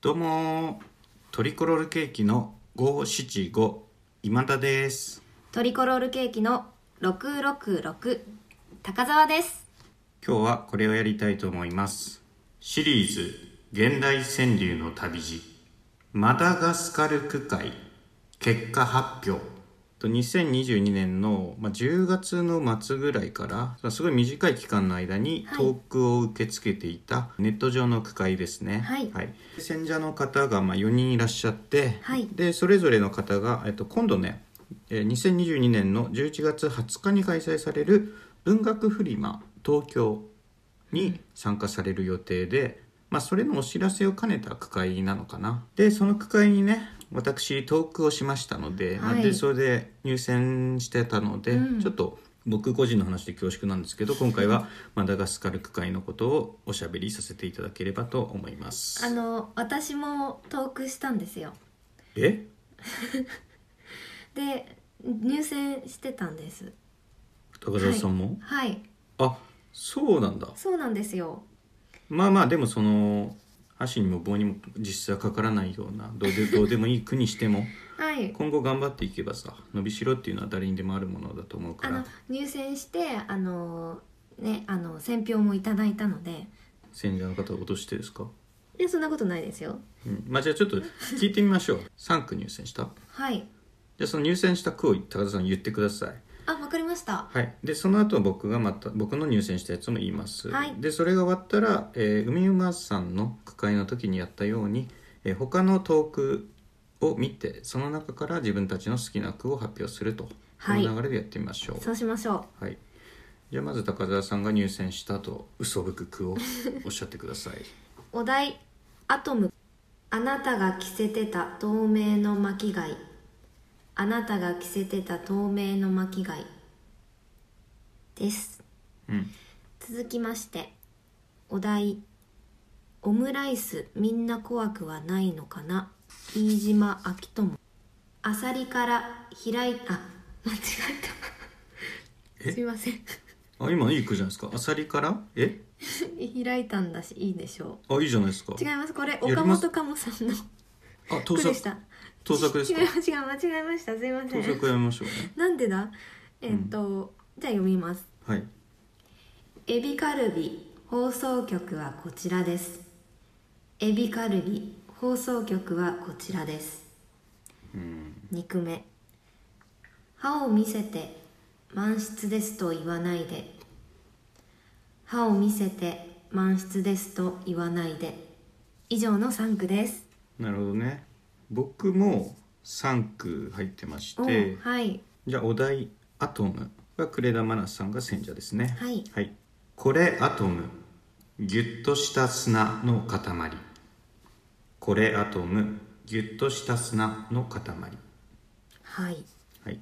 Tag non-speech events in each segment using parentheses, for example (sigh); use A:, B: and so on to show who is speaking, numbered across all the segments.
A: どうもートリコロールケーキの575今田です
B: トリコロールケーキの666高澤です
A: 今日はこれをやりたいと思いますシリーズ現代川柳の旅路マダガスカル区会結果発表と2022年の、まあ、10月の末ぐらいからまあすごい短い期間の間に
B: はい
A: トークを受け付けていたネット上の区会ですね、
B: はい
A: 選者の方がまあ4人いらっしゃって、
B: はい
A: でそれぞれの方が、えっと、今度ねえー2022年の11月20日に開催される文学フリマ東京に参加される予定で、まあ、それのお知らせを兼ねた区会なのかなでその区会にね私トークをしましたので,、
B: はい
A: まあでそれで入選してたので、
B: うん
A: ちょっと僕個人の話で恐縮なんですけど今回はマダガスカル区会のことをおしゃべりさせていただければと思います
B: あの私もトークしたんですよ
A: え
B: で入選してたんです
A: 高澤さんも、
B: はい、はい
A: あそうなんだ
B: そうなんですよ
A: まあまあでもその箸にも棒にも実際はかからないようなど
B: (laughs)
A: うでどうでもいい国しても
B: はい
A: 今後頑張っていけばさ伸びしろっていうのは誰にでもあるものだと思うか
B: あの
A: ら
B: 入選してあのねあの選票もいただいたので
A: 戦者の方を落としてですか、
B: いやそんなことないですよ
A: うん、まあじゃあちょっと聞いてみましょう3区入選した
B: はい
A: じゃあその入選した区を高田さん言ってください
B: あわかりました
A: はいでその後僕がまた僕の入選したやつも言います、
B: はい
A: でそれが終わったら、えー海馬さんの句会の時にやったように、えー他のトークを見てその中から自分たちの好きな句を発表すると、
B: はい
A: この流れでやってみましょ
B: そうしましょ
A: うはいじゃあまず高澤さんが入選したと嘘吹く句をおっしゃってくだ
B: (laughs)
A: さい
B: うお題「アトム」あなたが着せてた透明の巻貝あなたが着せてた透明の巻貝です
A: うん
B: 続きましてお題「オムライスみんな怖くはないのかな」飯島明友あさりから開いたあ間違え
A: え
B: たすいません (laughs)
A: あ今いい句じゃないですかあさりからえ
B: 開いたんだしいいでしょ
A: あいいじゃないですか
B: う違いますこれ
A: り
B: 岡
A: ます
B: 本かもさんの
A: あ盗
B: 句でし
A: 作
B: た
A: 盗作ですか
B: 違う違う間違えましたすいませ
A: 盗
B: ん
A: 作やめましょうね
B: なんでだえっと、じゃあ読みます
A: はい
B: エビカルビ放送局はこちらですエビカルビ放送局はこちらです
A: うん
B: 肉目歯を見せて満室ですと言わないで歯を見せて満室ですと言わないで以上の3句です
A: なるほどね僕も3句入ってまし
B: お
A: て
B: はい
A: じゃあお題「アトム」は呉田真奈さんが選者ですね
B: はい
A: これアトムぎゅっとした砂の塊これアトムぎゅっとした砂の塊
B: はい
A: はい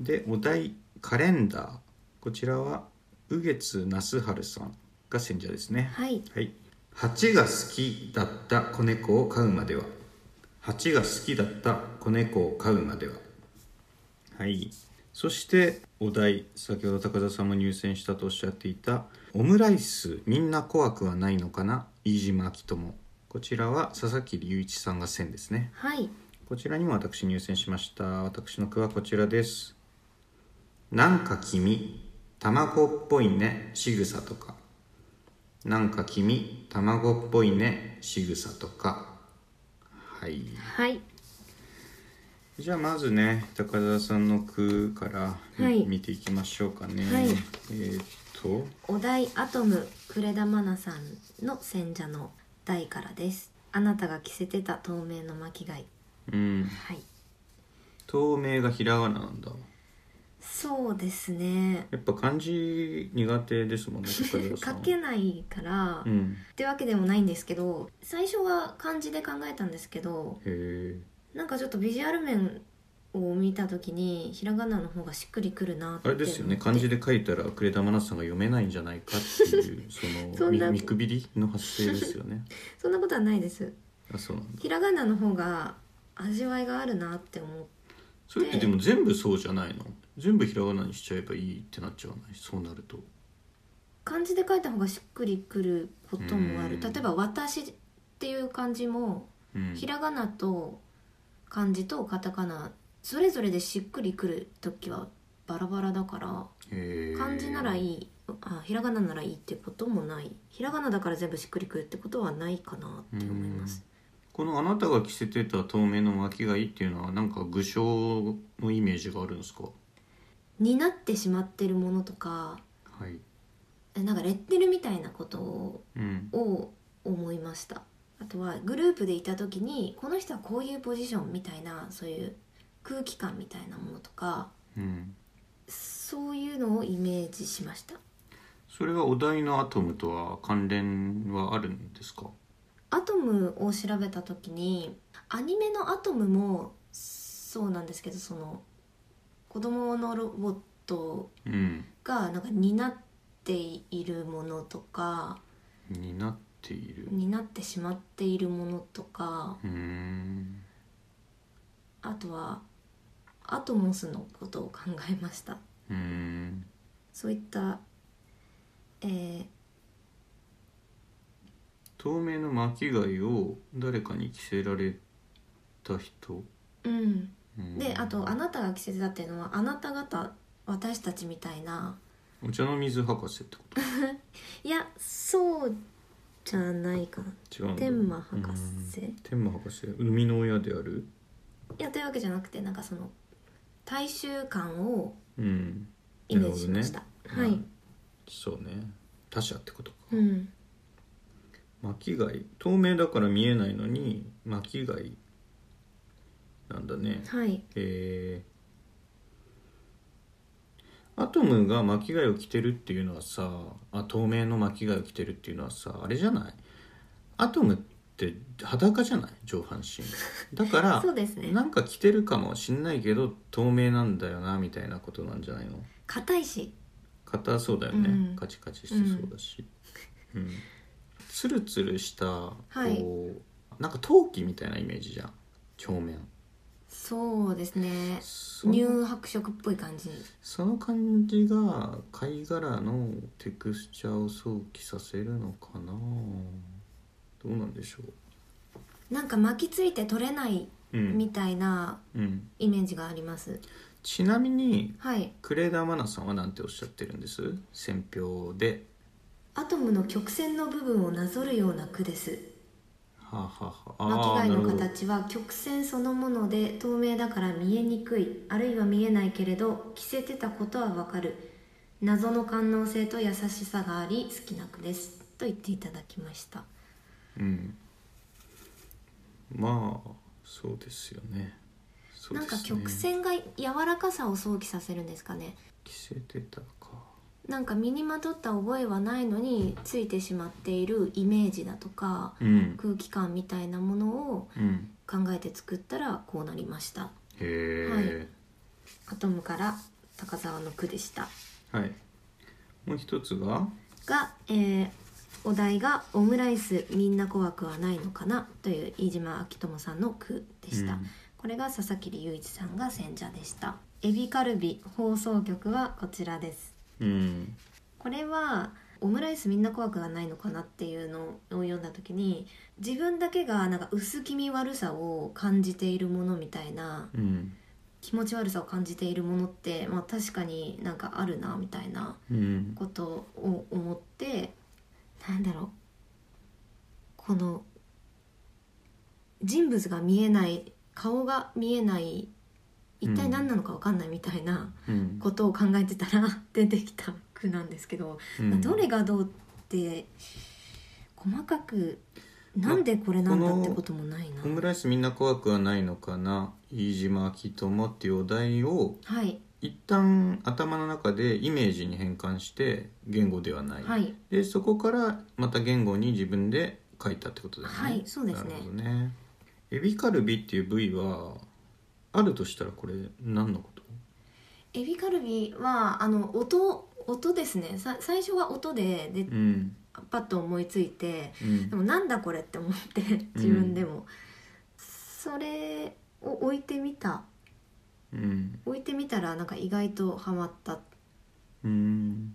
A: でお題「カレンダー」こちらは右月那須春さんが選者ですね
B: はい
A: はい、蜂が好きだった子猫を飼うまでは蜂が好きだった子猫を飼うまでははいそしてお題先ほど高田さんも入選したとおっしゃっていた「オムライスみんな怖くはないのかな飯島明友」こちらは佐々木隆一さんが選ですね
B: はい
A: こちらにも私入選しました私の句はこちらですなんか君卵っぽいね仕草とかなんか君卵っぽいね仕草とかはい
B: はい
A: じゃあまずね高田さんの句からみ、
B: はい
A: 見ていきましょうかね、
B: はい
A: えーっと
B: お題アトム呉田真奈さんの選者の題からですあなたが着せてた透明の巻貝
A: うん
B: はい
A: 透明がひらがななんだ
B: そうですね
A: やっぱ漢字苦手ですもんね高
B: (laughs)
A: 田さ
B: 書
A: ん
B: けないから、
A: う
B: っ
A: ん
B: てわけでもないんですけど最初は漢字で考えたんですけど
A: へえ
B: なんかちょっとビジュアル面を見た時にひらがなの方がしっくりくるなって
A: あれですよね漢字で書いたら呉田真奈さんが読めないんじゃないかって
B: (laughs)
A: いうその
B: そん
A: み
B: な
A: 見くびりの発生ですよ
B: (laughs)
A: ね
B: そんなことはないです
A: あそうなんだ
B: ひらがなの方が味わいがあるなって思って
A: それってでも全部そうじゃないの全部ひらがなにしちゃえばいいってなっちゃわないそうなると
B: 漢字で書いた方がしっくりくることもあ
A: う
B: る
A: ん
B: 例えば「私」っていう漢字も、
A: うん
B: ひらがなと漢字とカタカナそれぞれでしっくりくる時はバラバラだから
A: へー
B: 漢字ならいいあひらがなならいいってこともないひらがなだから全部しっくりくるってことはないかなって思います
A: この「あなたが着せてた透明の巻き貝」っていうのはなんか具象のイメージがあるんですか
B: になってしまってるものとか
A: はい
B: えなんかレッテルみたいなこと
A: うん
B: を思いましたあとはグループでいた時にこの人はこういうポジションみたいなそういう空気感みたいなものとか
A: うん
B: そういうのをイメージしました
A: それはお題のアトムとは関連はあるんですか
B: アトムを調べた時にアニメの「アトム」もそうなんですけどその子供のロボット
A: うん
B: がなんか担っているものとか
A: になっている
B: 担ってしまっているものとか
A: うーん
B: あとはアトモスのことを考えました
A: うーん
B: そういった、えー
A: 透明の巻き貝を誰かに着せられた人、
B: うん、
A: うん
B: であと「あなたが着せてた」っていうのはあなた方私たちみたいな
A: お茶の水博士ってこ
B: いやそうじゃないかな
A: と違うんだ
B: 天馬博士
A: うん天馬博士生みの親である
B: いやというわけじゃなくてなんかその大衆感を
A: うん
B: イメージしました、
A: なるほ
B: は
A: どね
B: い、
A: そうね他者ってことか、
B: うん、
A: 巻き貝透明だから見えないのに巻き貝なんだね
B: はい
A: えー、アトムが巻き貝を着てるっていうのはさあ透明の巻き貝を着てるっていうのはさあれじゃないアトムって裸じゃない上半身だか
B: (laughs) そう
A: ら、
B: ですね
A: なんか着てるかもしんないけど透明なんだよなみたいなことなんじゃないの
B: 硬いし
A: 硬そうだよね、
B: うん
A: カチカチしてそうだし、うんツルツルしたこう、
B: はい
A: なんか陶器みたいなイメージじゃん表面
B: そうですね
A: そ
B: 乳
A: の
B: 白色っぽい感じ
A: その感じが貝殻のテクスチャーを想起させるのかなどうなんでしょ、
B: なんか巻きついて取れないう
A: うん
B: みたいな
A: うん、
B: イメージがあります
A: ちなみに
B: はい
A: クレーダーマナさんはなんておっしゃってるんです選票で
B: アトムの曲線の部分をなぞるような句です
A: はあ、はあはあ、あ
B: 巻
A: ー
B: き貝
A: なる
B: の
A: ほど
B: 形は曲線そのもので透明だから見えにくいあるいは見えないけれど着せてたことはわかる謎の官能性と優しさがあり好きな句ですと言っていただきました
A: うんまあそうですよねそう
B: な
A: で
B: ん
A: すね
B: か曲線が柔らかさを想起させるんですかね
A: 着せてたか
B: なんか身にまとった覚えはないのについてしまっているイメージだとか
A: うん
B: 空気感みたいなものを
A: うん
B: 考えて作ったらこうなりました
A: へえ
B: アトムから高沢の句でした
A: はい、もう一つが
B: が、えーお題が「オムライスみんな怖くはないのかな」という飯島明智さんの句でした、
A: うん
B: これが佐々木隆一さんが選者でしたエビカルビ放送局はこちらです
A: うん
B: これはオムライスみんな怖くはないのかなっていうのを読んだ時に自分だけがなんか薄気味悪さを感じているものみたいな
A: うん
B: 気持ち悪さを感じているものって、まあ、確かになんかあるなみたいな
A: うん
B: ことを思ってなんだろうこの人物が見えない顔が見えない一体何なのか分かんないみたいな
A: うん
B: ことを考えてたら (laughs) 出てきた句なんですけど、
A: うん
B: どれがどうって細かくなんでこれなんだってこともないな
A: オ。ムライスみんな怖くはないのかな飯島明智っていうお題を
B: はい、
A: 一旦頭の中でイメージに変換して言語ではない、
B: はい、
A: でそこからまた言語に自分で書いたってことだよね。
B: はいそうですね
A: なるほどね。エビカルビっていう部位はあるとしたらこれ何のこと？
B: エビカルビはあの音音ですねさ最初は音でで
A: うん
B: パッと思いついて、
A: うん
B: でもなんだこれって思って自分でも、それを置いてみた
A: うん
B: 置いてみたらなんか意外とハマった
A: うん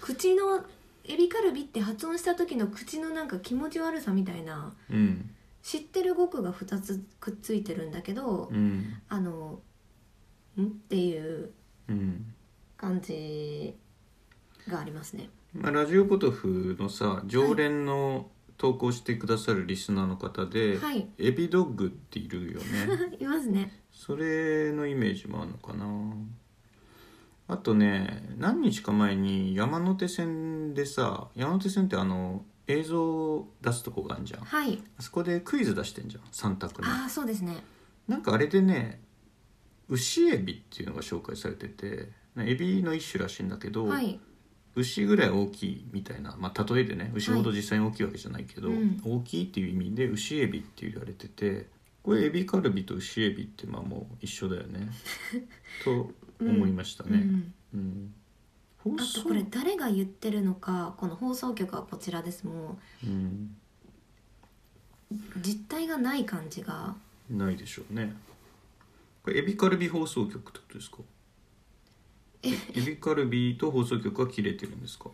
B: 口のエビカルビって発音した時の口のなんか気持ち悪さみたいな
A: うん
B: 知ってる語句が2つくっついてるんだけど、
A: うん
B: あの「ん?」っていう
A: うん
B: 感じがありますね。
A: まあ、ラジオポトフのさ常連の投稿してくださるリスナーの方で、
B: はい
A: エビドッグっているよ
B: (laughs)
A: ね
B: いますね。
A: それのイメージもあるのかなあとね何日か前に山手線でさ山手線ってあの映像出すとこがあるじゃんあ
B: はい。
A: そこでクイズ出してんじゃん3択の
B: ああそうですね。
A: なんかあれでね牛エビっていうのが紹介されててエビの一種らしいんだけど、
B: はい。
A: 牛ぐらい大きいみたいな、まあ、例えでね牛ほど実際に大きいわけじゃないけど、
B: うん
A: 大きいっていう意味で牛エビって言われててこれエビカルビと牛エビってまあもう一緒だよね
B: (laughs)
A: と思いました
B: う
A: ね。
B: ん、
A: うん放
B: あ
A: 送
B: とこれ誰が言ってるのかこの放送局はこちらですも
A: うん、
B: う実体がない感じが
A: ないでしょうね。これエビカルビ放送局ってことですかえエビカルビと放送局は切れてるんですか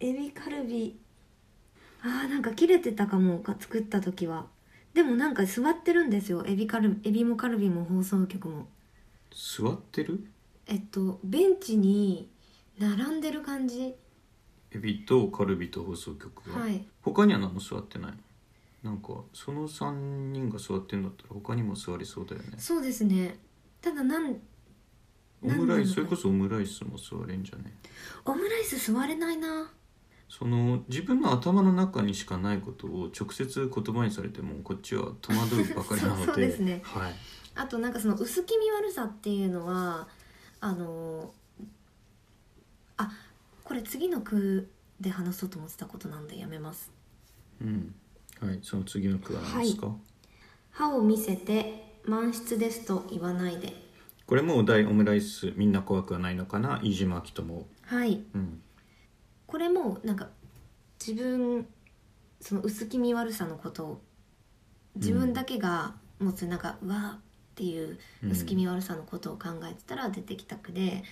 B: エビカルビあーなんか切れてたかもか作った時はでもなんか座ってるんですよエビカルエビもカルビも放送局も
A: 座ってる
B: えっとベンチに並んでる感じ
A: エビとカルビと放送局が、
B: はい
A: 他には何も座ってないのなんかその3人が座ってんだったら他にも座りそうだよね
B: そうですねただなん
A: オムライスそれ
B: なんだろう
A: こそオムライスも座れんじゃね
B: オムライス座れないな
A: その自分の頭の中にしかないことを直接言葉にされてもこっちは戸惑うばかりなので
B: (laughs) そうそうですね
A: はい、
B: あとなんかその薄気味悪さっていうのはあのあこれ次の句で話そうと思ってたことなんでやめます
A: うんはい、その次の句は何ですか、
B: 歯を見せて満室ですと言わないで
A: これもお題オムライスみんな怖くはないのかな飯島明友
B: はい
A: うん
B: これもなんか自分その薄気味悪さのことを自分だけがもうそれなんか、うわーっていう薄気味悪さのことを考えてたら出てきた句で、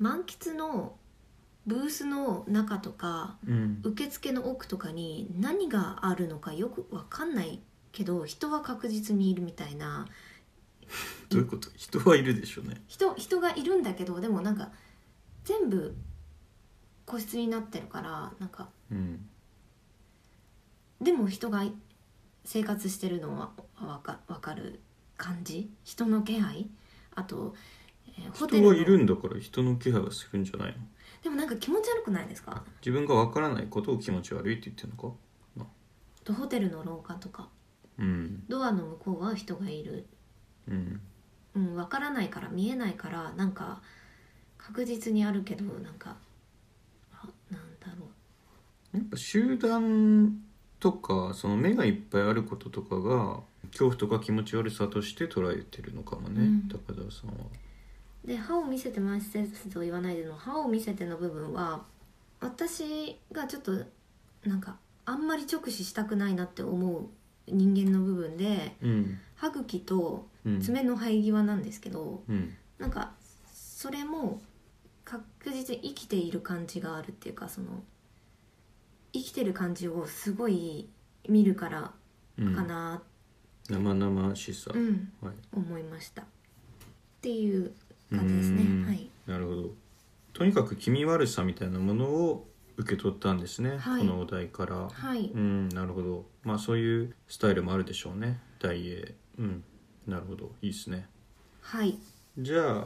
B: 満喫のブースの中とか
A: うん
B: 受付の奥とかに何があるのかよくわかんないけど人は確実にいるみたいな
A: どういうこと人はいるでしょうね
B: 人人がいるんだけどでもなんか全部個室になってるからなんか
A: うん
B: でも人が生活してるのはわかわかる感じ人の気配あと、えーホテル
A: 人
B: の
A: はいるんだから人の気配はするんじゃないの
B: でもなんか気持ち悪くないですか
A: 自分がわからないことを気持ち悪いって言ってるのか
B: とホテルの廊下とか
A: うん
B: ドアの向こうは人がいる
A: うん
B: うんわからないから見えないからなんか確実にあるけどなんかあなんだろ
A: やっぱ集団とかその目がいっぱいあることとかが恐怖とか気持ち悪さとして捉えてるのかもね、
B: うん
A: 高田さんは
B: うで歯を見せて満室ですと言わないでの歯を見せての部分は私がちょっとなんかあんまり直視したくないなって思う人間の部分で
A: うん
B: 歯茎と
A: うん
B: 爪の生え際なんですけど、
A: うん
B: なんかそれも確実に生きている感じがあるっていうかその生きてる感じをすごい見るから
A: うん
B: かな、
A: 生々しさ、
B: うん、
A: はい
B: 思いましたっていう感じですね
A: うーん
B: はい
A: なるほどとにかく気味悪さみたいなものを受け取ったんですね、
B: はい
A: このお題から
B: はい、
A: うんなるほどまあそういうスタイルもあるでしょうね大英うんなるほどいいですね
B: はい
A: じゃあ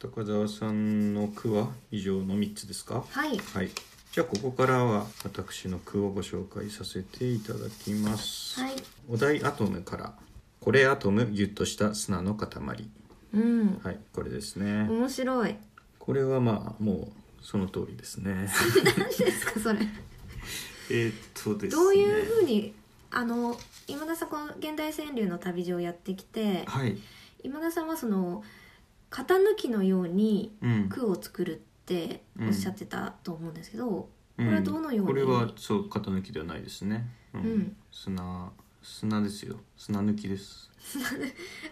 A: 高澤さんの句は以上の3つですか
B: はい
A: はいじゃあここからは私の句をご紹介させていただきます、
B: はい
A: お題アトムから「これアトムギュッとした砂の塊」
B: うん
A: はいこれですね、
B: 面白
A: (laughs)
B: い
A: これはまあもうその通りです
B: (laughs)
A: ね
B: 何ですかそれ
A: えーっとですね
B: どういうふうにあの今田さんこの現代川柳の旅路をやってきて
A: はい
B: 今田さんはその型抜きのように
A: うん
B: 句を作るっておっしゃってたと思うんですけど、これはどのように
A: これはそう型抜きではないですね、うん
B: うん
A: 砂砂ですよ砂抜きです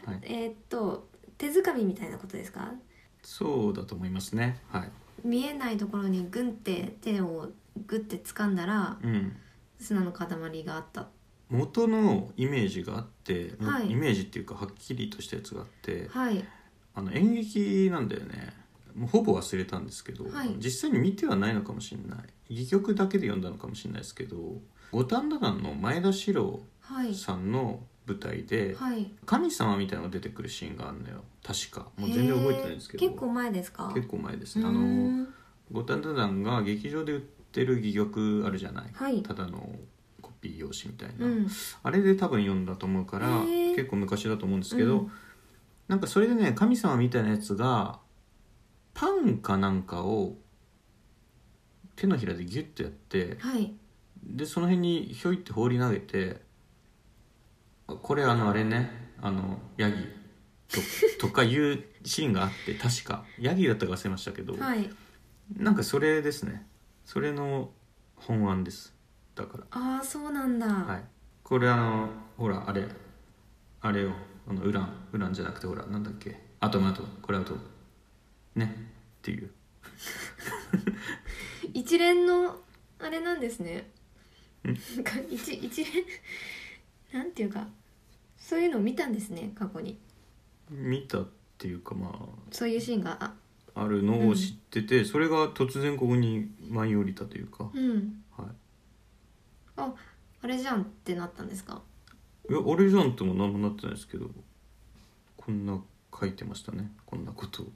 A: はい
B: えーっと手づかみみたいなことですか
A: そうだと思いますねはい
B: 見えないところにグンって手をグッて掴んだら
A: うん
B: 砂の塊があった
A: 元のイメージがあって、
B: はい
A: イメージっていうかはっきりとしたやつがあって、
B: はい
A: あの演劇なんだよねもうほぼ忘れたんですけど、
B: はい
A: 実際に見てはないのかもしれない戯曲だけで読んだのかもしれないですけど五反田団の前田史郎
B: はい
A: さんの舞台で、
B: はい
A: 神様みたいなのが出てくるシーンがあるのよ確かもう全然覚えてないんですけど
B: へー結構前ですか
A: 結構前ですねあ
B: うー
A: の
B: ん
A: 五反田団が劇場で売ってる戯曲あるじゃない、
B: はい
A: ただのコピー用紙みたいな、
B: うん
A: あれで多分読んだと思うから
B: へー
A: 結構昔だと思うんですけど、
B: うん
A: なんかそれでね神様みたいなやつがパンかなんかを手のひらでギュッとやって
B: はい
A: でその辺にひょいって放り投げてあこれあのあれねあのヤギと (laughs) とかいうシーンがあって確かヤギだったか忘れましたけど、
B: はい
A: なんかそれですねそれの本案ですだから。
B: ああそうなんだは
A: はい、これあのほらあれあれよあのウランウランじゃなくてほらなんだっけアトムアトムこれアトムねっていう
B: 一連のあれなんですねなんか一一連なんていうかそういうのを見たんですね過去に
A: 見たっていうかま
B: そういうシーンがあ
A: ああるのを知ってて、それが突然ここに舞い降りたというか、
B: うん
A: は
B: ああれじゃんってなったんですか
A: いいや俺じゃんとも何もなってないですけどこんな書いてましたねこんな
B: (laughs)
A: ことを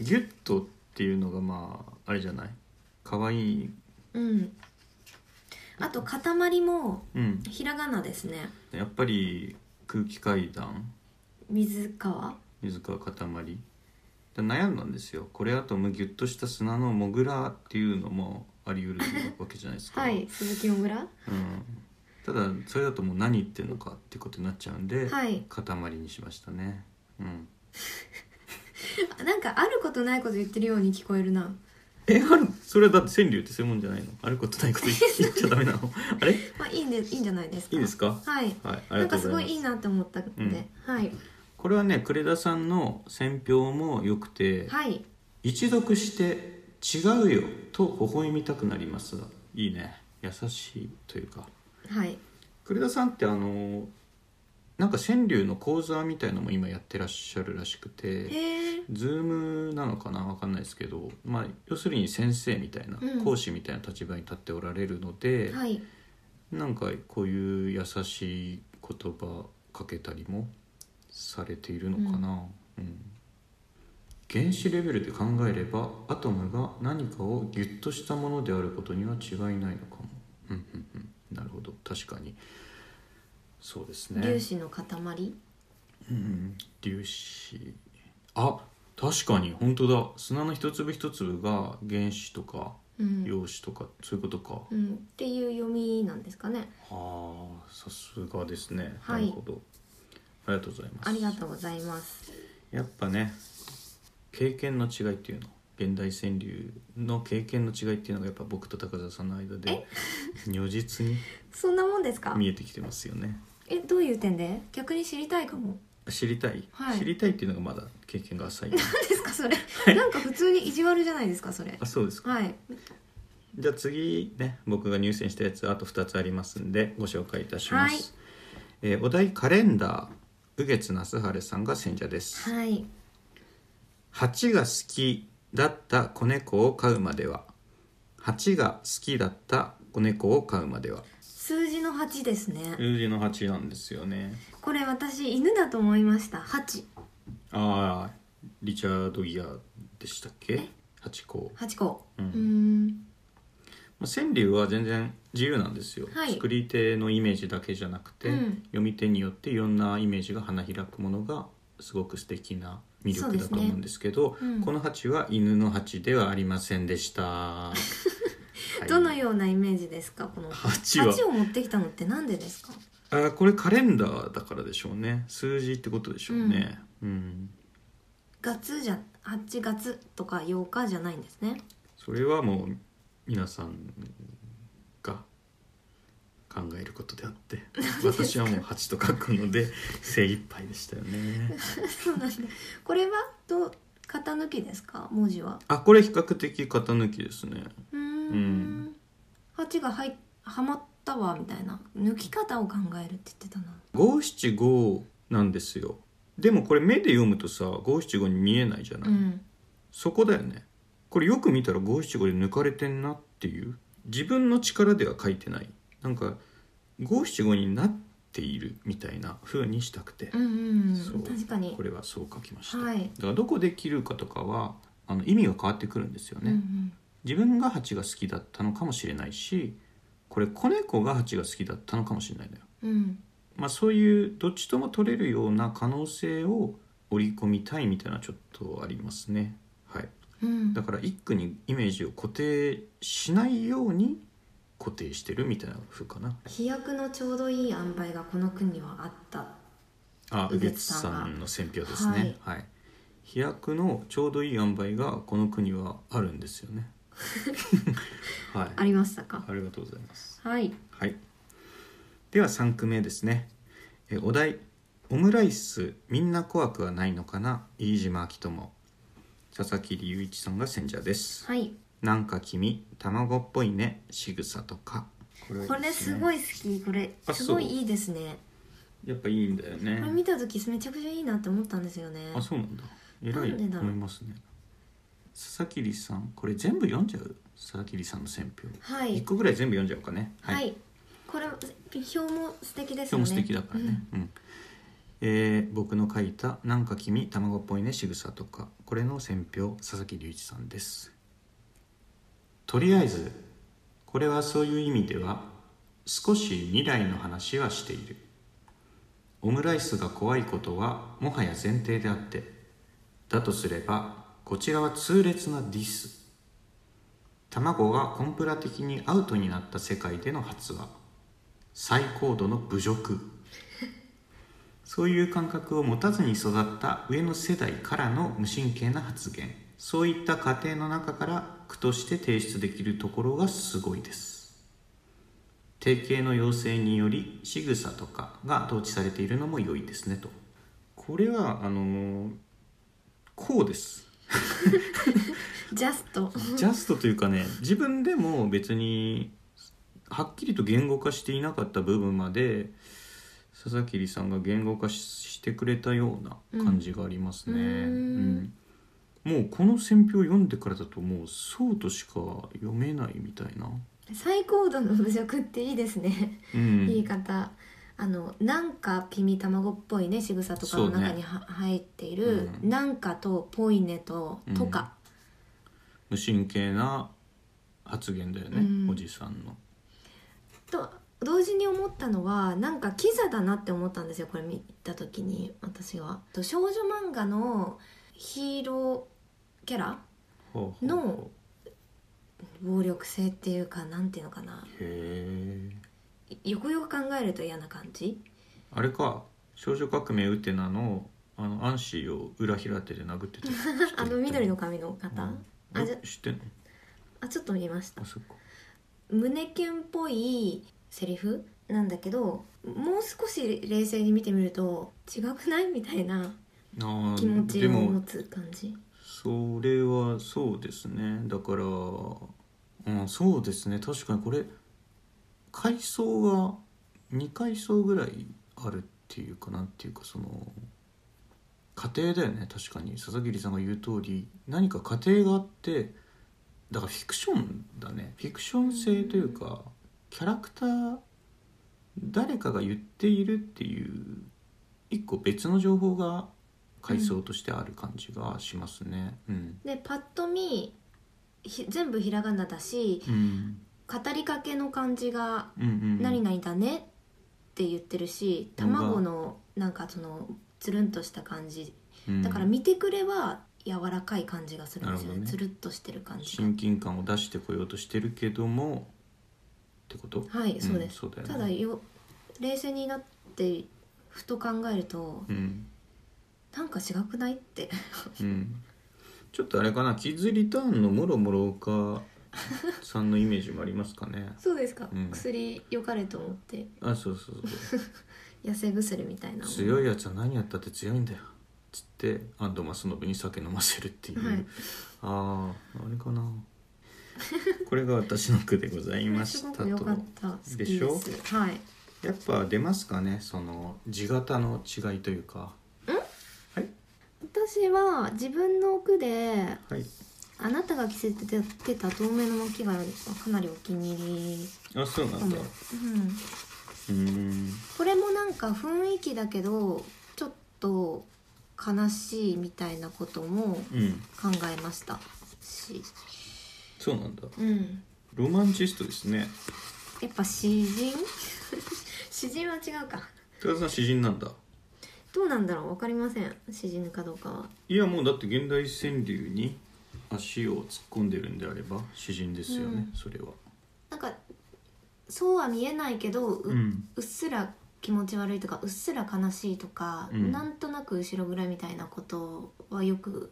A: ギュッとっていうのがまああれじゃない可愛い
B: うんあと塊も
A: うん
B: ひらがなですね
A: やっぱり空気階段
B: 水川
A: 水川かたまりで悩んだんですよこれあともうギュッとした砂のモグラっていうのもあり得るわけじゃないですか、
B: はい鈴木もぐ
A: う
B: ら
A: ん、ただそれだともう何言ってんのかってことになっちゃうんで、
B: はい
A: 塊にしましたねうん
B: あなんかあることないこと言ってるように聞こえるな
A: えあるそれはだって川柳ってそういうもんじゃないのあることないこと言言っちゃダメな (laughs) のあれい
B: まあいいんでいいんじゃないですか
A: いですか
B: はい
A: はいありが
B: な
A: とう
B: んか
A: ご
B: す
A: ざ
B: ご
A: います
B: いいいなって思ったので、はい
A: これはね呉田さんの選評も良くて、
B: はい
A: 一読して「違うよ」と微笑みたくなりますがいいね優しいというか
B: はい
A: 呉田さんってあのなんか川柳の講座みたいのも今やってらっしゃるらしくて
B: へえ
A: ズームなのかなわかんないですけど、まあ、要するに先生みたいな、
B: うん
A: 講師みたいな立場に立っておられるので、
B: はい
A: なんかこういう優しい言葉かけたりもされているのかな、うん原子レベルで考えればアトムが何かをギュッとしたものであることには違いないのかも、うんうんうん、なるほど確かにそうですね
B: 粒子の塊
A: うん粒子あ確かに本当だ砂の一粒一粒が原子とか
B: うん、
A: 陽子とかそういうことか、
B: うん、っていう読みなんですかね
A: ああさすがですね、
B: はい
A: なるほどありがとうございます
B: ありがとうございます
A: やっぱね経験の違いっていうの現代川柳の経験の違いっていうのがやっぱ僕と高澤さんの間で如実
B: (laughs)
A: に
B: そんなもんですか
A: 見えてきてますよね
B: えどういう点で逆に知りたいかも
A: 知りたい、
B: はい
A: 知りたいっていうのがまだ経験が
B: (laughs)
A: 浅い
B: 何ですかそ
A: (laughs)
B: れなんか普通に意地悪じゃないですかそれ
A: あそうですか
B: はい
A: じゃあ次ね僕が入選したやつあと2つありますんでご紹介いたします、
B: はい
A: えーお題カレンダー雨月那須晴さんが選者です
B: はい
A: 蜂が好きだった子猫を飼うまでは蜂が好きだった子猫を飼うまでは
B: 数字の8ですね
A: 数字の蜂なんですよね
B: これ私犬だと思いました8
A: ああリチャード・ギアでしたっけ蜂子、
B: 8個
A: うん
B: うーん
A: まあ、川柳は全然自由なんですよ、
B: はい
A: 作り手のイメージだけじゃなくて、
B: うん
A: 読み手によっていろんなイメージが花開くものがすごく素敵な魅力だと思うんですけど
B: そうですねうん
A: この蜂は犬の蜂ではありませんで
B: (laughs)
A: した、はい
B: どのようなイメージですかこの
A: 蜂は
B: 8を持ってきたのってなんでですか
A: あーこれカレンダーだからでしょうね数字ってことでしょうね、うん
B: 月じゃ8月とか8日じゃないんですね
A: それはもう皆さんが考えることであ (laughs) って私はもう8と書くので精一杯でしたよね
B: そうなんだこれはどう型抜きですか文字は
A: あこれ比較的型抜きですね
B: うーん
A: うん
B: 8が入っはまったわみたいな抜き方を考えるって言ってたな
A: 五七五なんですよでもこれ目で読むとさ五七五に見えないじゃない、
B: うん
A: そこだよねこれよく見たら五七五で抜かれてんなっていう自分の力では書いてないなんか五七五になっているみたいな風にしたくて、
B: うんうんう
A: そうん
B: 確かに
A: これはそう書きました、
B: はい
A: だからどこで切るかとかはあの意味が変わってくるんですよね、
B: うん
A: 自分が蜂が好きだったのかもしれないしこれ子猫が蜂が好きだったのかもしれないのよ、
B: うんうん
A: まあ、そういうどっちとも取れるような可能性を織り込みたいみたいなのはちょっとありますねはい
B: うん
A: だから一句にイメージを固定しないように固定してるみたいな風かな
B: 飛躍のちょうどいい塩梅がこの句にはあった
A: あ宇
B: 宇月
A: 月
B: さんが
A: さんの選評ですねはい、飛躍のちょうどいい塩梅がこの国はあるんですよねはい
B: ありましたか
A: ありがとうございます
B: はい
A: はい。では三句目ですね。えお題オムライスみんな怖くはないのかな飯島明智佐々木隆一さんが選者です。
B: はい
A: なんか君卵っぽいね仕草とか。これ
B: これす
A: い
B: ご
A: い
B: い好きこれ
A: あ
B: すごい
A: そう
B: いいですね
A: やっぱいいんだよ
B: こ
A: ね。
B: れ見た時めちゃくちゃいいなって思ったんですよね
A: あそうなんだ。偉
B: なんで
A: いと
B: だろう
A: 思いますね。佐々木里さんこれ全部読んじゃう佐々木里さんの選評。
B: は
A: 一
B: い
A: 個ぐらい全部読んじゃおうかね。
B: はいこれ表も素敵です
A: 今日
B: よね
A: も素敵だからね、うんえー僕の書いた「なんか君卵っぽいね仕草とか」これの選評佐々木隆一さんですとりあえずこれはそういう意味では少し未来の話はしているオムライスが怖いことはもはや前提であってだとすればこちらは痛烈なディス卵がコンプラ的にアウトになった世界での発話最高度の侮辱そういう感覚を持たずに育った上の世代からの無神経な発言そういった過程の中から句として提出できるところがすごいです定型の要請により仕草とかが統治されているのも良いですねとこれはあのーこうです
B: ジャスト
A: ジャストというかね自分でも別にはっきりと言語化していなかった部分まで佐々木里さんが言語化ししてくれたような感じがありますね、
B: うん
A: うんもうこの選評を読んでからだともうそうとしか読めないみたいな、
B: 最高度の侮辱っていいですね、
A: うん、
B: 言い方あのなんかピミ卵っぽいね仕草とかの中には、入っている、
A: うん
B: なんかとぽいねと、
A: うん
B: とか
A: 無神経な発言だよね、
B: うん
A: おじさんの
B: と同時に思ったのはなんかキザだなって思ったんですよこれ見た時に私はと少女漫画のヒーローキャラ
A: ほうほうほう
B: の暴力性っていうかなんていうのかな
A: へえ
B: いよくよく考えると嫌な感じ
A: あれか少女革命ウテナのあのアンシーを裏平手で殴ってた
B: (laughs) あの緑の髪の
A: う
B: 方、
A: ん
B: あじゃ
A: え知ってんの
B: あちょっと見ました
A: あそっか
B: 胸キュンっぽいセリフなんだけどもう少し冷静に見てみると違くないみたいな
A: あー
B: 気持ち
A: で
B: を持
A: も
B: つ感じ
A: それはそうですねだから、うん、そうですね確かにこれ階層が2階層ぐらいあるっていうかなんていうかその家庭だよね確かに佐々木里さんが言う通り何か家庭があってだからフィクションだねフィクション性というかキャラクター誰かが言っているっていう一個別の情報が階層としてある感じがしますね。うん。
B: でパッと見ひ全部ひらがなだし
A: うん。
B: 語りかけの感じが
A: うんうんう
B: 「
A: ん。
B: 何々だね」って言ってるし
A: うん
B: 卵のなんかそのつるんとした感じ
A: うん
B: だから見てくれは柔らかい感じがするんですよ
A: な
B: ね
A: るほどね
B: つるっとしてる感じが
A: 親近感を出してこようとしてるけどもってこと
B: はいそうです、
A: んそうだよね
B: ただよ冷静になってふと考えると
A: うん。
B: なんか違くないって。
A: うん。ちょっとあれかな、キッズリターンのもろもろ岡さんのイメージもありますかね
B: (laughs) そうですか、
A: うん
B: 薬良かれと思って
A: あ、そうそうそう。
B: 痩せ薬みたいな
A: 強いやつは何やったって強いんだよ。つって安藤正信に酒飲ませるっていう、
B: はい
A: あああれかなこれが私の句でございまし
B: (laughs) すご
A: た
B: く良
A: と
B: かった好き
A: で
B: で
A: しょ
B: すはい
A: やっぱ出ますかねその字型の違いというか
B: 私は自分の奥で
A: はい
B: あなたが着せてた透明の巻貝がかなりお気に入り
A: あそうな
B: か
A: ん
B: も、
A: だ
B: うん、
A: うーん
B: これもなんか雰囲気だけどちょっと悲しいみたいなことも
A: うん
B: 考えましたし、
A: そうなんだ
B: うん、
A: ロマンチストですね
B: やっぱ詩人 (laughs) 詩人は違うか
A: 高田さん詩人なんだ
B: どうなんだろうわかりません詩人かどうかはい
A: やもうだって現代川柳に足を突っ込んでるんであれば詩人ですよね、
B: うん
A: それは
B: なんかそうは見えないけどう,、
A: うん
B: っすら気持ち悪いとかうっすら悲しいとか、
A: うん
B: なんとなく後ろ暗いみたいなことはよく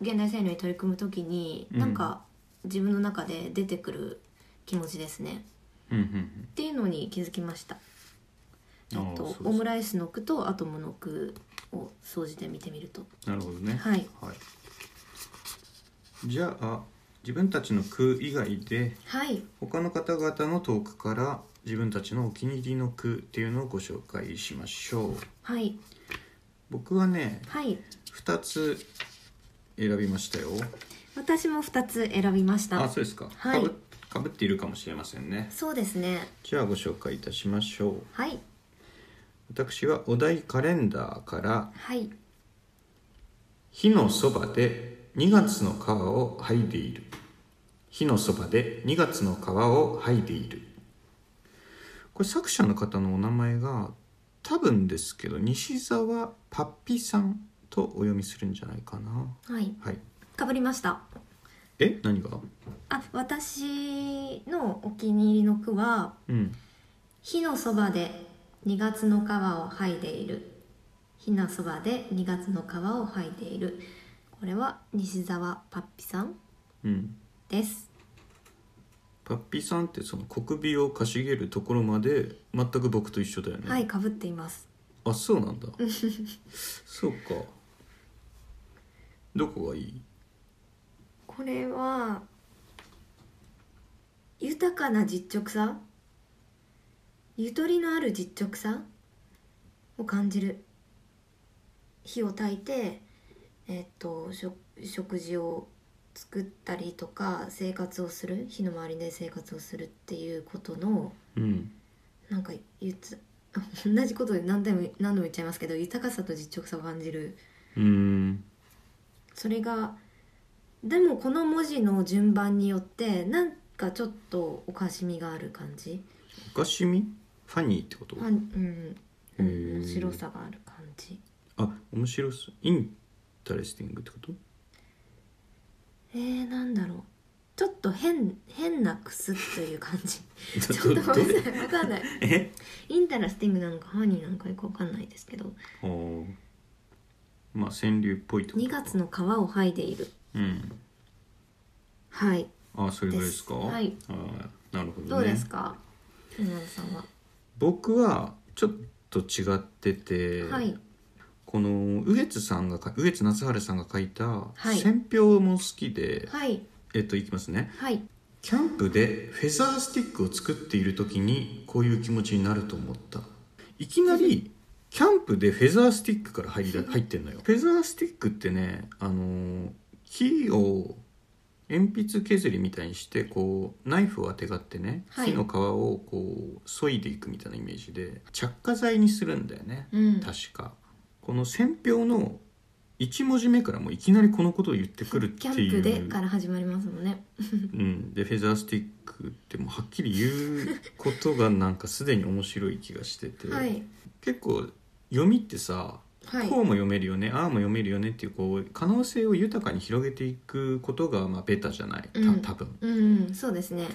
B: 現代性能に取り組む時に、
A: うん
B: なんか自分の中で出てくる気持ちですね
A: うんうん
B: っていうのに気づきました
A: あー
B: あ
A: そうで
B: と
A: す
B: オムライスの句とアトムの句を総じて見てみると
A: うんなるほどね
B: はい
A: はいじゃあ自分たちの句以外で
B: はい
A: 他の方々のトークから自分たちのお気に入りの句っていうのをご紹介しましょう
B: はい
A: 僕はね
B: はい
A: 2つ選びましたよ
B: 私も2つ選びまし
A: あ
B: た
A: そうですか、
B: はい
A: かぶかぶっているかもしれませんね
B: そうですね
A: じゃあご紹介いたしましょう
B: はい
A: 私はお題カレンダーから
B: はい
A: 火のそばで2月の皮を剥いでいる火のそばで2月の皮を剥いでいるこれ作者の方のお名前が多分ですけど西澤パッピさんとお読みするんじゃないかな
B: はい
A: はい
B: かぶりました
A: え何が
B: あ私のお気に入りの句は
A: うん
B: 「火のそばで2月の皮を剥いでいる」「火のそばで2月の皮を剥いでいる」これは西澤パッピさん
A: うん
B: です
A: パッピさんってその国美をかしげるところまで全く僕と一緒だよね
B: はいかぶっています
A: あそう
B: (laughs)
A: なんだそうかどこがいい
B: これは豊かな実直さゆとりのある実直さを感じる火を焚いて、えっと食食事を作ったりとか生活をする火の周りで生活をするっていうことの
A: うん
B: なんかゆつ (laughs) 同じことで何でも何度も言っちゃいますけど豊かさと実直さを感じる
A: うーん
B: それがでもこの文字の順番によってなんかちょっとおかしみがある感じ
A: おかしみファニーってこと
B: あうん
A: へー
B: 面白さがある感じ
A: あ面白そうインタレスティングってこと
B: えー、なんだろうちょっと変変なくすという感じち
A: (laughs)
B: ょ
A: ど
B: っとごめんな
A: ど
B: さいわかんない
A: (laughs) え
B: インタラスティングなのかハニーなのかよくわかんないですけど
A: あーまあ川柳っぽいってこと
B: 2月の皮を剥いでいる
A: うん
B: はい
A: あそれぐらいですか
B: ですはい
A: あーなるほどね
B: どうですか稲田さんは
A: 僕はちょっと違ってて、
B: はい
A: この上津さんがか上津夏春さんが書いた「
B: はい
A: 選評」も好きで、
B: はい
A: えっといきますね
B: はい
A: キャンプでフェザースティックを作っている時にこういう気持ちになると思ったいきなりキャンプでフェザースティックから入りだ入ってんのよフェザースティックってねあのー木を鉛筆削りみたいにしてこうナイフをあてがってね、
B: はい
A: 木の皮をこう削いでいくみたいなイメージで着火剤にするんだよね、
B: うん
A: 確かこの選票の1文字目からもういきなりこのことを言ってくるって
B: キ
A: い
B: ャ
A: う
B: ンプでから始まりますもんね
A: うん、でフェザースティックってもうはっきり言うことがなんかすでに面白い気がしてて、
B: はい
A: 結構読みってさ、
B: はい
A: こうも読めるよねああも読めるよねっていうこう可能性を豊かに広げていくことがまあベタじゃないた
B: うん
A: 多分、
B: うんうんそうですね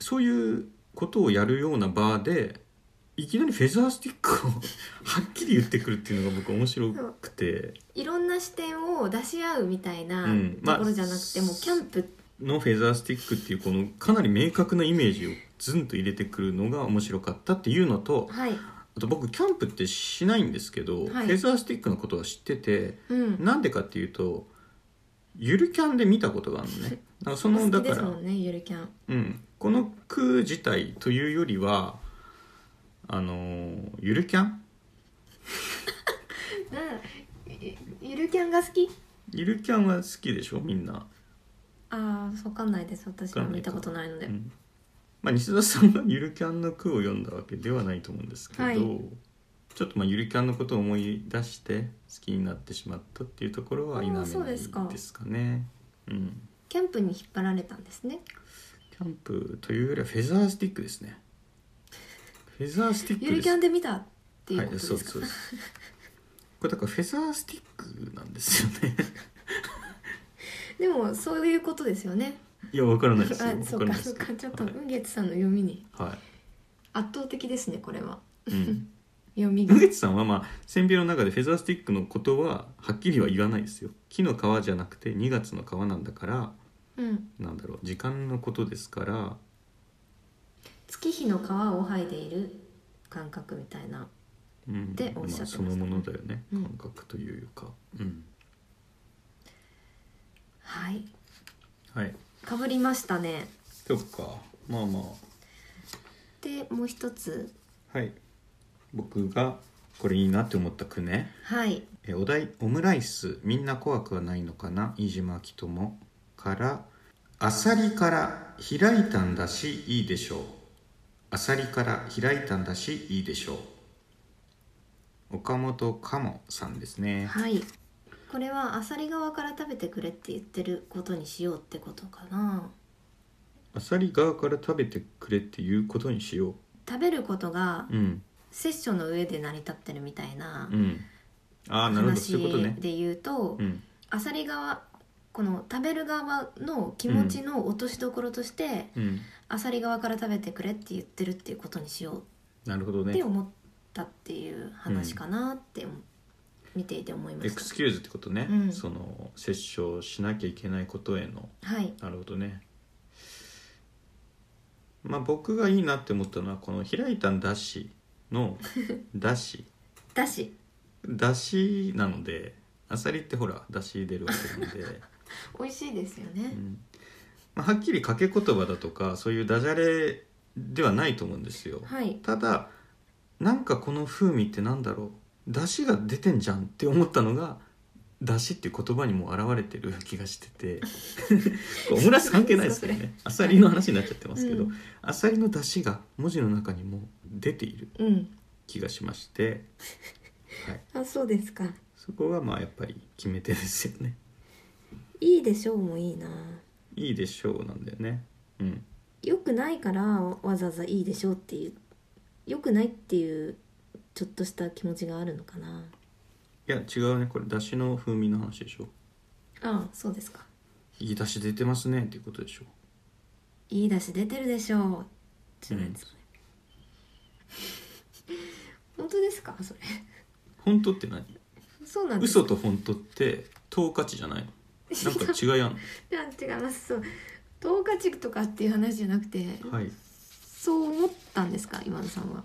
A: そういうことをやるような場でいきなりフェザースティックを (laughs) はっきり言ってくるっていうのが僕面白くて
B: いろんな視点を出し合うみたいな
A: うんまあ
B: ところじゃなくて、もうキャンプ
A: のフェザースティックっていうこのかなり明確なイメージをズンと入れてくるのが面白かったっていうのと
B: はい
A: ああと僕キャンプってしないんですけど、
B: はい
A: フェザースティックのことは知ってて
B: うん
A: なんでかっていうとゆるキャンで見たことがあるのねなんかその
B: 好
A: だ
B: き
A: か
B: です
A: ら
B: もんねゆるキャン
A: うん、この句自体というよりはあのーゆるキャン
B: ゆゆるキャンが好き
A: ゆるキャンは好きでしょみんな、
B: ああわかんないです私は
A: わかんな
B: 見
A: いか
B: たことないの
A: う
B: で、
A: んまあ、西田さんが (laughs) ゆるキャンの句を読んだわけではないと思うんですけど、
B: はい
A: ちょっとまあゆるキャンのことを思い出して好きになってしまったっていうところは
B: あー
A: 否めない
B: そうですか
A: ですかね。うん、
B: キャンプに引っ張られたんですね
A: キャンプというよりはフェザースティックですね。フェザースティック
B: ゆる
A: です
B: キャンで見たっていうことですか、
A: はい、そうですそうですこれだからフェザースティックなんですよね (laughs)
B: でもそういうことですよね
A: いやわからないですよ
B: あ
A: わ
B: そう
A: ら
B: か
A: ないです
B: そうかちょっと
A: はい、
B: ウゲツさんの読みに
A: は
B: 圧倒的ですねこれはい
A: うん、
B: 読みが
A: 野口さんはまあ線描の中でフェザースティックのことははっきりは言わないですよ木の皮じゃなくて2月の皮なんだから
B: うん
A: なんだろう時間のことですから
B: 月日の皮を剥いでいる感覚みたいな
A: うん
B: でおっしゃってました
A: そのものだよね、
B: うん
A: 感覚というか、うん、
B: はい
A: はい
B: かぶりましたね
A: そうかまあま
B: でもう一つ
A: あはい僕がこれいいなって思った句ね
B: はい
A: えーお題「オムライスみんな怖くはないのかな飯島明友」から「アサリから開いたんだしいいでしょう」「アサリから開いたんだしいいでしょう」岡本かもさんですね
B: はいこれはアサリ側から食べてくれって言ってることにしようってことかな
A: アサリ側から食べてくれっていうことにしよ
B: 食べることが
A: ううん
B: 摂取の上で成り立ってるみたいな
A: うんああなるほど
B: 話
A: そういうことね
B: で言うと
A: うん
B: アサリ側この食べる側の気持ちの落としどころとして、
A: うん
B: アサリ側から食べてくれって言ってるっていうことにしよ
A: なるほど
B: うって
A: ね
B: 思ったっていう話かなって思、見ていて思いま
A: エ
B: し
A: クスキューズってことね、
B: うん
A: その殺生しなきゃいけないことへの
B: たはい
A: なるほどねまあ僕がいいなって思ったのはこの「開いたんだし」
B: (laughs)
A: の「だし
B: だし」
A: だしなのでアサリってほらだし出るわけなので、
B: 美味しいですよ
A: う
B: ね、
A: んまあ、はっきり掛け言葉だとかそういうダジャレではないと思うんですよ、
B: はい
A: ただなんかこの風味ってなんだろうだしが出てんじゃんって思ったのがだしっていう言葉にも表れてる気がして
B: (laughs)
A: てオムライス関係ないですけどねあさりの話になっちゃってますけど、
B: うん
A: あさりのだしが文字の中にも出ている
B: うん
A: 気がしまして、はい、
B: あそうですか
A: そこがまあやっぱり決め手ですよね
B: いいでしょうもいいない
A: いでしょうなんだよねうん
B: よくないからわざわざいいでしょうっていうよくないっていうちょっとした気持ちがあるのかない
A: や違うねこれだしの風味の話でしょ
B: ああそうですか
A: いいだし出てますねっていうことでしょ
B: いいだし出てるでしょうじゃないですかね、本当ですかそれ (laughs)
A: 本当って何
B: そうなんです
A: 嘘と本当って等価値じゃないなんか違いあん
B: いや違いますそう等価値とかっていう話じゃなくて、 (laughs)
A: のはいい
B: そう思ったんですか今野さんは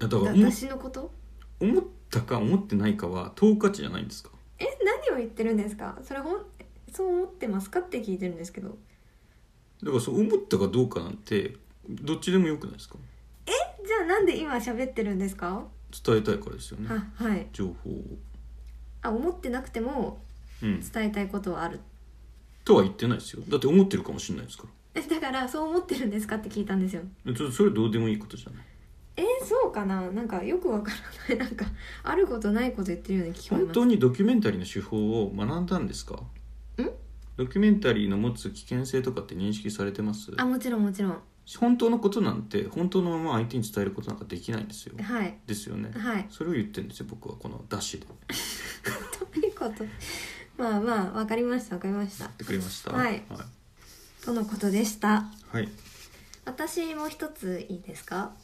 A: やだから
B: だ
A: 思
B: 私のこと
A: 思ったか思ってないかは等価値じゃないんですか
B: え何を言ってるんですかそれほんそう思ってますかって聞いてるんですけど
A: だからそう思ったかどうかなんてどっちでもよくないですか
B: じゃあなんで今喋ってるんですか、
A: 伝えたいからですよね
B: ははい
A: 情報を、
B: あ思ってなくても
A: うん、
B: 伝えたいことはある
A: とは言ってないですよだって思ってるかもしれないですか
B: えだからそう思ってるんですかって聞いたんですよ
A: らちょそれどうでもいいことじゃない
B: えそうかななんかよくわからないなんかあることないこと言ってるように聞こえ
A: 本
B: ます
A: 当にドキュメンタリーの手法を学んだんですかドキュメンタリーの持つ危険性とかって認識されてます
B: あもちろんもちろん
A: 本当のことなんて本当のまま相手に伝えることなんかできないんですよ
B: はい
A: ですよね
B: はい (laughs)
A: それを言ってるんですよ僕はこのダッシュで言
B: どういうことまあまあわかりましたわかりました
A: ってくれました
B: はい
A: は
B: とのことでした
A: い、はい
B: 私もう一ついいですか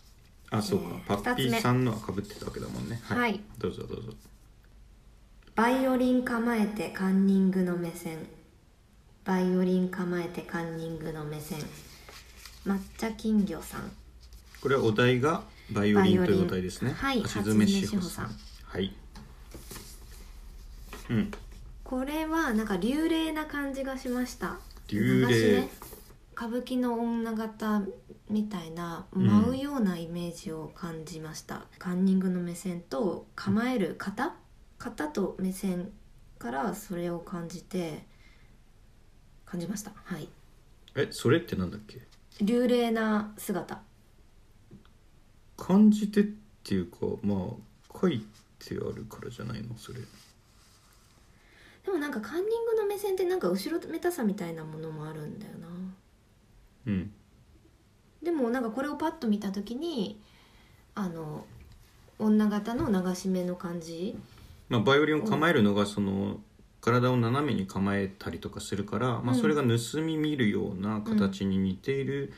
A: あそうか、
B: えー
A: パッピ
B: 二つ
A: ー
B: 目
A: さんのはかぶってたわけだもんね
B: はい
A: どうぞどうぞ
B: バイオリン構えてカンニングの目線バイオリン構えてカンニングの目線抹茶金魚さん
A: これはお題がバイオリンというお題ですね
B: バイオリンはい
A: 橋爪志保さん
B: 橋爪志
A: はいうん
B: これはなんか流麗な感じがしました
A: 流麗
B: 流しね歌舞伎の女方みたいな舞うようなイメージを感じました、カンニングの目線と構える型型と目線からそれを感じて感じましたはい
A: えそれってなんだっけ
B: 流麗な姿
A: 感じてっていうかまあ書いてあるからじゃないのそれ
B: でもなんかカンニングの目線ってなんか後ろめたさみたいなものもあるんだよな
A: うん
B: でもなんかこれをパッと見た時にあの女形の流し目の感じ
A: まあバイオリンを構えるのがその体を斜めに構えたりとかするから、まあ、
B: うん
A: それが盗み見るような形に似ている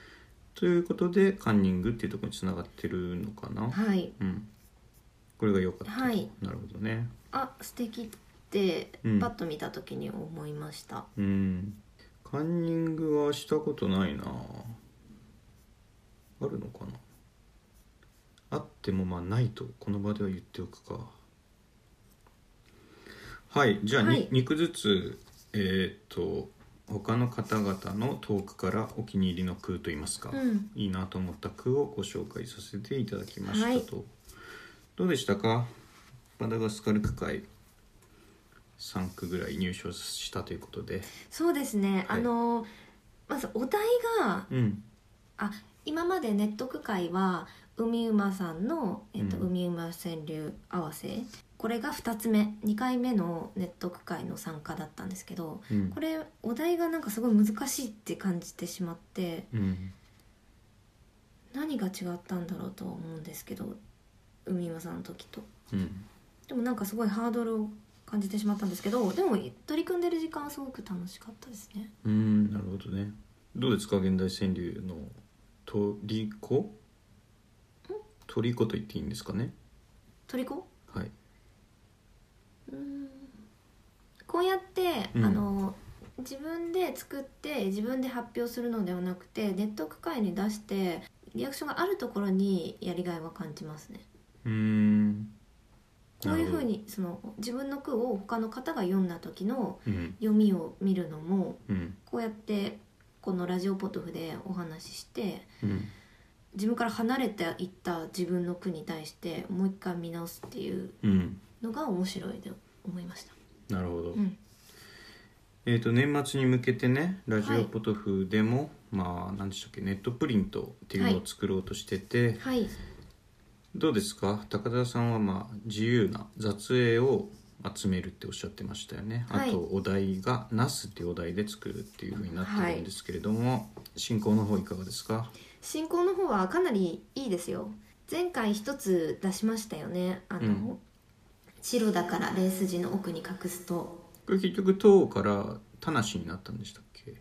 A: ということで、カンニングっていうところにつながってるのかな、
B: はい
A: うん、これが良かったと、
B: はい
A: なるほどね
B: あ素敵って
A: うん
B: パッと見た時に思いました、
A: うんカンニングはしたことないなあるのかなあってもまあないとこの場では言っておくかはいじゃあ、に
B: はい
A: 2句ずつえっ、と他の方々のトークからお気に入りの句といいますか、
B: うん
A: いいなと思った句をご紹介させていただきましたと、
B: はい
A: どうでしたかマダガスカル区会3区ぐらい入賞したということで
B: そうですね、
A: はい
B: あのまずお題が
A: うん
B: あ今までネット区会は海馬さんの、えっと
A: うん
B: 海馬川柳合わせこれが2つ目2回目のネット区会の参加だったんですけど
A: うん
B: これお題がなんかすごい難しいって感じてしまって
A: うん
B: 何が違ったんだろうとは思うんですけど海馬さんの時と
A: うん
B: でもなんかすごいハードルを感じてしまったんですけどでも取り組んでる時間はすごく楽しかったですね
A: うんなるほどねどうですか現代川柳のトリコトリコと言っていいんですかね
B: トリコ
A: はいう
B: ーんこうやって、
A: うん
B: あの自分で作って自分で発表するのではなくてネット区会に出してリアクションがあるところにやりがいは感じますね
A: うん
B: こういうふう
A: なる
B: にその自分の句を他の方が読んだ時の
A: ほどうん
B: 読みを見るのも
A: うん
B: こうやってこのラジオポトフでお話しして
A: うん
B: 自分から離れていった自分の句に対してもう一回見直すっていう
A: うん
B: のが面白いと思いました。
A: なるほど、
B: うん、
A: えー、と年末に向けてねラジオポトフでも、まあ何でしたっけネットプリントっていうのを作ろうとしてて、
B: はい、
A: どうですか高田さんはまあ自由な雑影を集めるっておっしゃってましたよね、
B: はい
A: あとお題が「ナスっていうお題で作るっていうふうになってるんですけれども、進行の方いかがですか
B: 進行の方はかなりいいですよ。前回一つ出しましたよね。あの、
A: うん
B: 白だからレース地の奥に隠すと。
A: これ結局「塔」から「田無」になったんでしたっけ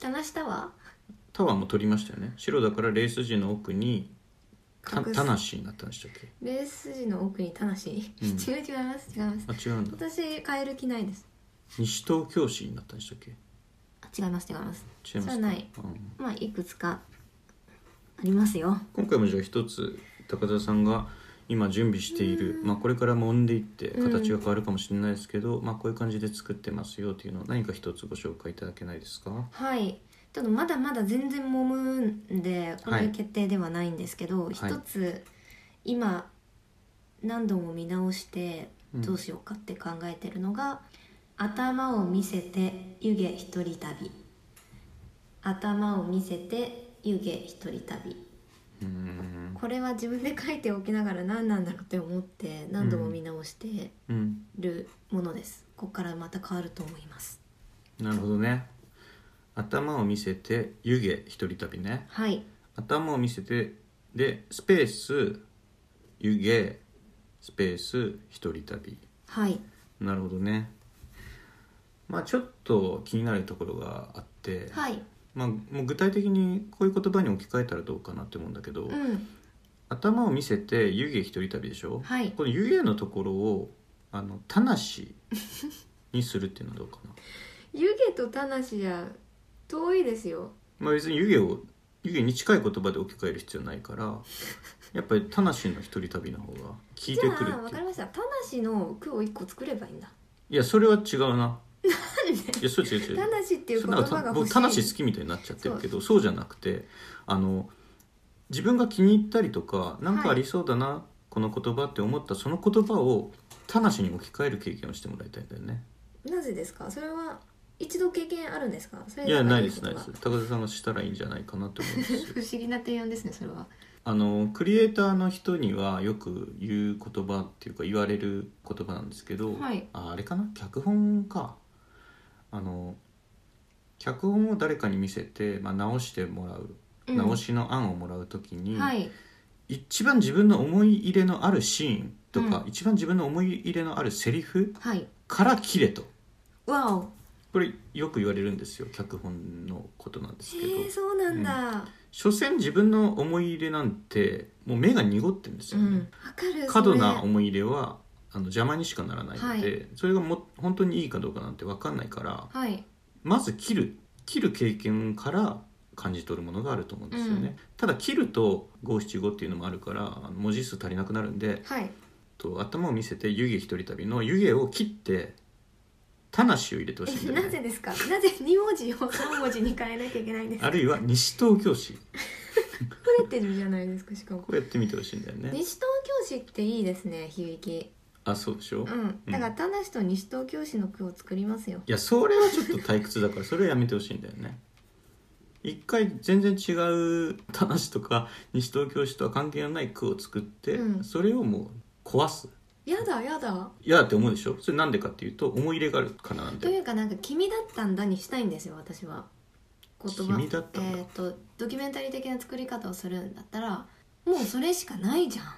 B: 棚下は
A: 「タワーも取りましたよね白だからレース時の奥に「た
B: 隠す
A: 田無」になったんでしたっけ
B: レース地の奥に棚し。
A: うん
B: 違う違います違います。
A: あ違うんだ
B: 私変える気ないです。
A: 西東京市になったんでしたっけ
B: あ違います違います。
A: 違いますか
B: それはない
A: うん
B: まあいくつかありますよ。
A: 今回もじゃあ一つ高田さんが今準備している、まあ、これから揉んでいって形が変わるかもしれないですけど、まあ、こういう感じで作ってますよというのを何か一つご紹介いただけないですか
B: はいちょっとまだまだ全然揉むんでこ
A: は
B: れ
A: い
B: 決定ではないんですけど
A: い
B: 一、つ今何度も見直して
A: うん
B: どうしようかって考えてるのが「頭を見せて湯気一人旅」「頭を見せて湯気一人旅
A: うー」ん
B: これは自分で書いておきながら何なんだろうって思って何度も見直して
A: うん
B: るものです、ここからまた変わると思います
A: なるほどね頭を見せて湯気一人旅ね
B: はい
A: 頭を見せてでスペース湯気スペース一人旅
B: はい
A: なるほどねまあちょっと気になるところがあって、
B: はい
A: まあ、もう具体的にこういう言葉に置き換えたらどうかなって思うんだけど、
B: うん
A: 頭を見せて湯気一人旅でしょ、
B: はい
A: この湯気のところをあの田無
B: (laughs)
A: にするっていうのはどうかな、
B: 湯気と田無じゃ遠いですよ
A: まあ、別に湯気を湯気に近い言葉で置き換える必要ないからやっぱり田無の一人旅の方が聞いてくる
B: じゃあ
A: っ
B: わ
A: て
B: か
A: いう
B: りました田無の句を一個作ればいいんだ
A: いやそれは違うな
B: なんで
A: いやそう違う違う
B: 田無っていう
A: そ
B: 言
A: れなんか
B: 葉が
A: た
B: 欲
A: 僕
B: しい
A: 田無好きみたいになっちゃってるけどそうじゃなくてあの自分が気に入ったりとかなんかありそうだな、この言葉って思ったその言葉を田無に置き換える経験をしてもらいたいんだよね
B: なぜですかそれは一度経験あるんですかそれ
A: いやないです
B: こと
A: ない
B: が
A: です高田さんがしたらいいんじゃないかなと思うんです
B: (laughs)
A: よ
B: 不思議な提案ですねそれは
A: あのクリエイターの人にはよく言う言葉っていうか言われる言葉なんですけど、
B: はい
A: ああれかな脚本かあの脚本を誰かに見せて、まあ、直してもらう
B: うん
A: 直しの案をもらう時に、
B: はい
A: 一番自分の思い入れのあるシーンとか、
B: う
A: 一番自分の思い入れのあるセリフ
B: はい
A: から切れと
B: わお
A: これよく言われるんですよ脚本のことなんですけど
B: へえそうなんだ
A: 所詮自分の思い入れなんてもう目が濁ってるんです
B: う
A: よ
B: んわ、
A: ね、
B: かる
A: 過度な
B: それ
A: 思い入れはあの邪魔にしかならないので、
B: は
A: それがも本当にいいかどうかなんて分かんないから
B: はい
A: まず切る切る経験から感じ取るものがあると思うんですよね、
B: う
A: ただ切ると五七五っていうのもあるからあの文字数足りなくなるんで
B: はい
A: と頭を見せて湯気一人旅の湯気を切って田無を入れてほしいん
B: え
A: だよ
B: な
A: ね
B: ぜですかなぜ2文字を3文字に変えなきゃいけないんですか
A: あるいは西東京市
B: 取れてるじゃないですかしかも
A: こうやってみてほしいんだよね
B: 西東京市っていいですね響き
A: あそうでしょ、
B: う
A: い
B: んだから田無と西東京市の句を作りますよ
A: やそれはちょっと退屈だからそれはやめてほしいんだよね一回全然違う田無とか西東京市とは関係のない句を作って、
B: うん
A: それをもう壊す
B: やだやだ
A: 嫌だって思うでしょそれなんでかっていうと思い入れがあるからなん
B: と
A: だよ
B: いうかなんか「君だったんだ」にしたいんですよ私は言葉
A: 君だったんだ
B: えっ、とドキュメンタリー的な作り方をするんだったらもうそれしかないじゃん
A: だか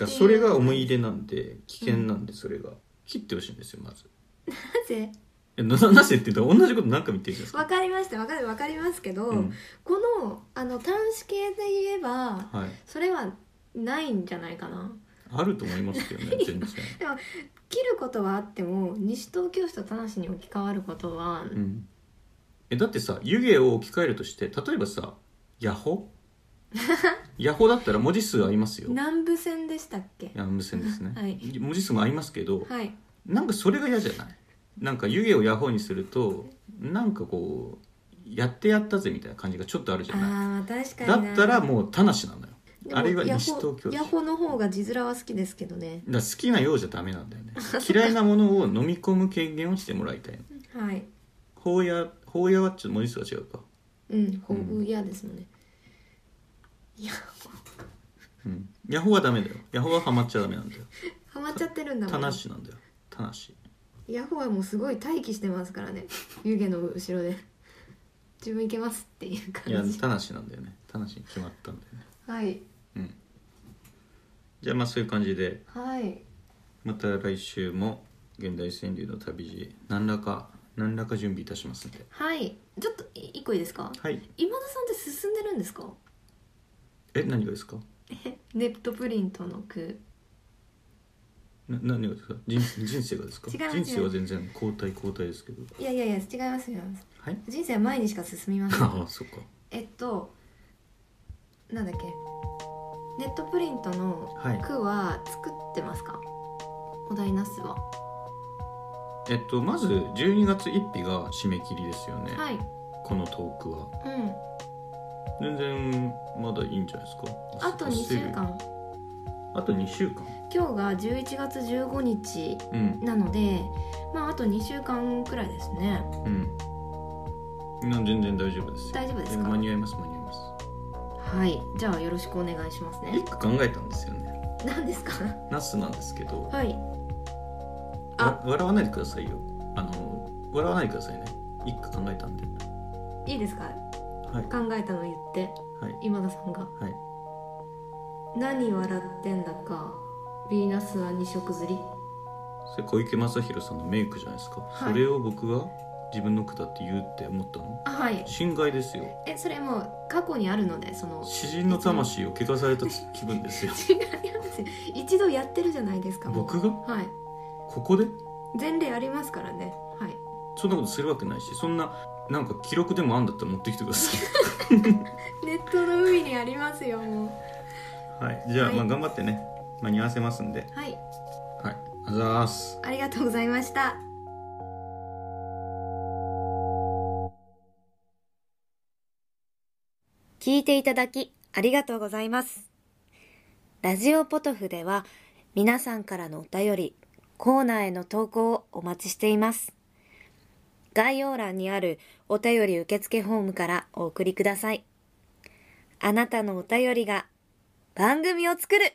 A: らそれが思い入れなんで危険なんでそれが、切ってほしいんですよまず
B: なぜ
A: えななぜって言うと同じこと何回も言ってるじゃないですか
B: わかりましたわかるわかりますけど、
A: うん
B: このあの端子系で言えば
A: はい、
B: それはないんじゃないかな
A: あると思いますけど
B: (laughs)
A: ね全然
B: 切ることはあっても西東京市と田無に置き換わることは
A: うんえだってさ湯気を置き換えるとして例えばさヤ
B: (laughs)
A: ホヤホだったら文字数ありますよ
B: 南部線でしたっけ
A: ヤ無線ですね、
B: (laughs) はい
A: 文字数もありますけど、
B: はい
A: なんかそれが嫌じゃないなんか湯気をヤホーにするとなんかこうやってやったぜみたいな感じがちょっとあるじゃない
B: あー確か
A: だ
B: にな
A: ったらもう田無なのよ
B: でも
A: あるいは
B: ヤホ
A: 西東京市
B: ヤホの方が字面は好きですけどね
A: だから好きなようじゃダメなんだよ
B: (laughs)
A: ね嫌いなものを飲み込む経験をしてもらいたいの
B: はい
A: ほうやほうやはちょっと文字数が違うか
B: うん、こ
A: うん
B: う嫌ですもんね。いや、
A: うんヤホーはダメだよヤホーはハマっちゃダメなんだよ
B: ハマっちゃってるんだも
A: 田
B: ん。
A: 無なんだよ田無
B: ヤホーはもうすごい待機してますからね。湯気の後ろで。自分いけますっていう
A: いや
B: 感じ。
A: 田無なんだよね田無に決まったんだよね
B: はい。
A: うんじゃあまあそういう感じで
B: はい。
A: また来週も現代川柳の旅路何らか何らか準備いたしますんで
B: はい。ちょっとい一個いいですか。
A: はい
B: 今田さんって進んでるんですか。
A: え何がですか
B: ネットプリントの句。
A: な何がですか人人生がですか
B: 違います
A: 人生は全然交代交代ですけど
B: いやいやいや、違いますよ。
A: はい
B: 人生は前にしか進みませ
A: (laughs)
B: ん。
A: ああそっか
B: えっと。なんだっけ。ネットプリントの
A: はい
B: 句は作ってますか。お題なすは。
A: えっとまず12月1日が締め切りですよね、
B: はい。
A: このトークは
B: う
A: 全
B: ん。
A: 然まだいいんじゃないですか
B: あと2週間
A: あと2週間
B: 今日が11月15日
A: うん
B: なのでまああと2週間くらいですね
A: うんな全然大丈夫ですよ
B: 大丈夫ですか
A: 間に合います間に合います
B: はいじゃあよろしくお願いしますね (laughs)
A: 一個考えたんですよね
B: 何ですか (laughs)
A: ナスなんですけど
B: はい
A: わ笑わないでくださいよあの笑わないでくださいね一句考えたんで
B: いいですか
A: はい
B: 考えたの言って
A: はい
B: 今田さんが
A: はい
B: 何笑ってんだかヴィーナスは二色釣り
A: それ小池正弘さんのメイクじゃないですか、
B: はい
A: それを僕が自分の句だって言うって思ったの
B: あはい
A: 侵害ですよ
B: えそれもう過去にあるのでその
A: 詩人の魂を汚された気分ですよ
B: 違いますよ (laughs) 一度やってるじゃないですかもう
A: 僕が
B: はい
A: ここで
B: 前例ありますからねはい
A: そんなことするわけないしそんななんか記録でもあんだったら持ってきてください
B: ネットやりますよもう
A: はいじゃあ、
B: はい
A: まあ頑張ってね間に合わせますんで
B: はい
A: はいあざーす
B: ありがとうございました聞いていただきありがとうございますラジオポトフでは皆さんからのお便りコーナーへの投稿をお待ちしています概要欄にあるお便り受付フォームからお送りくださいあなたのお便りが番組を作る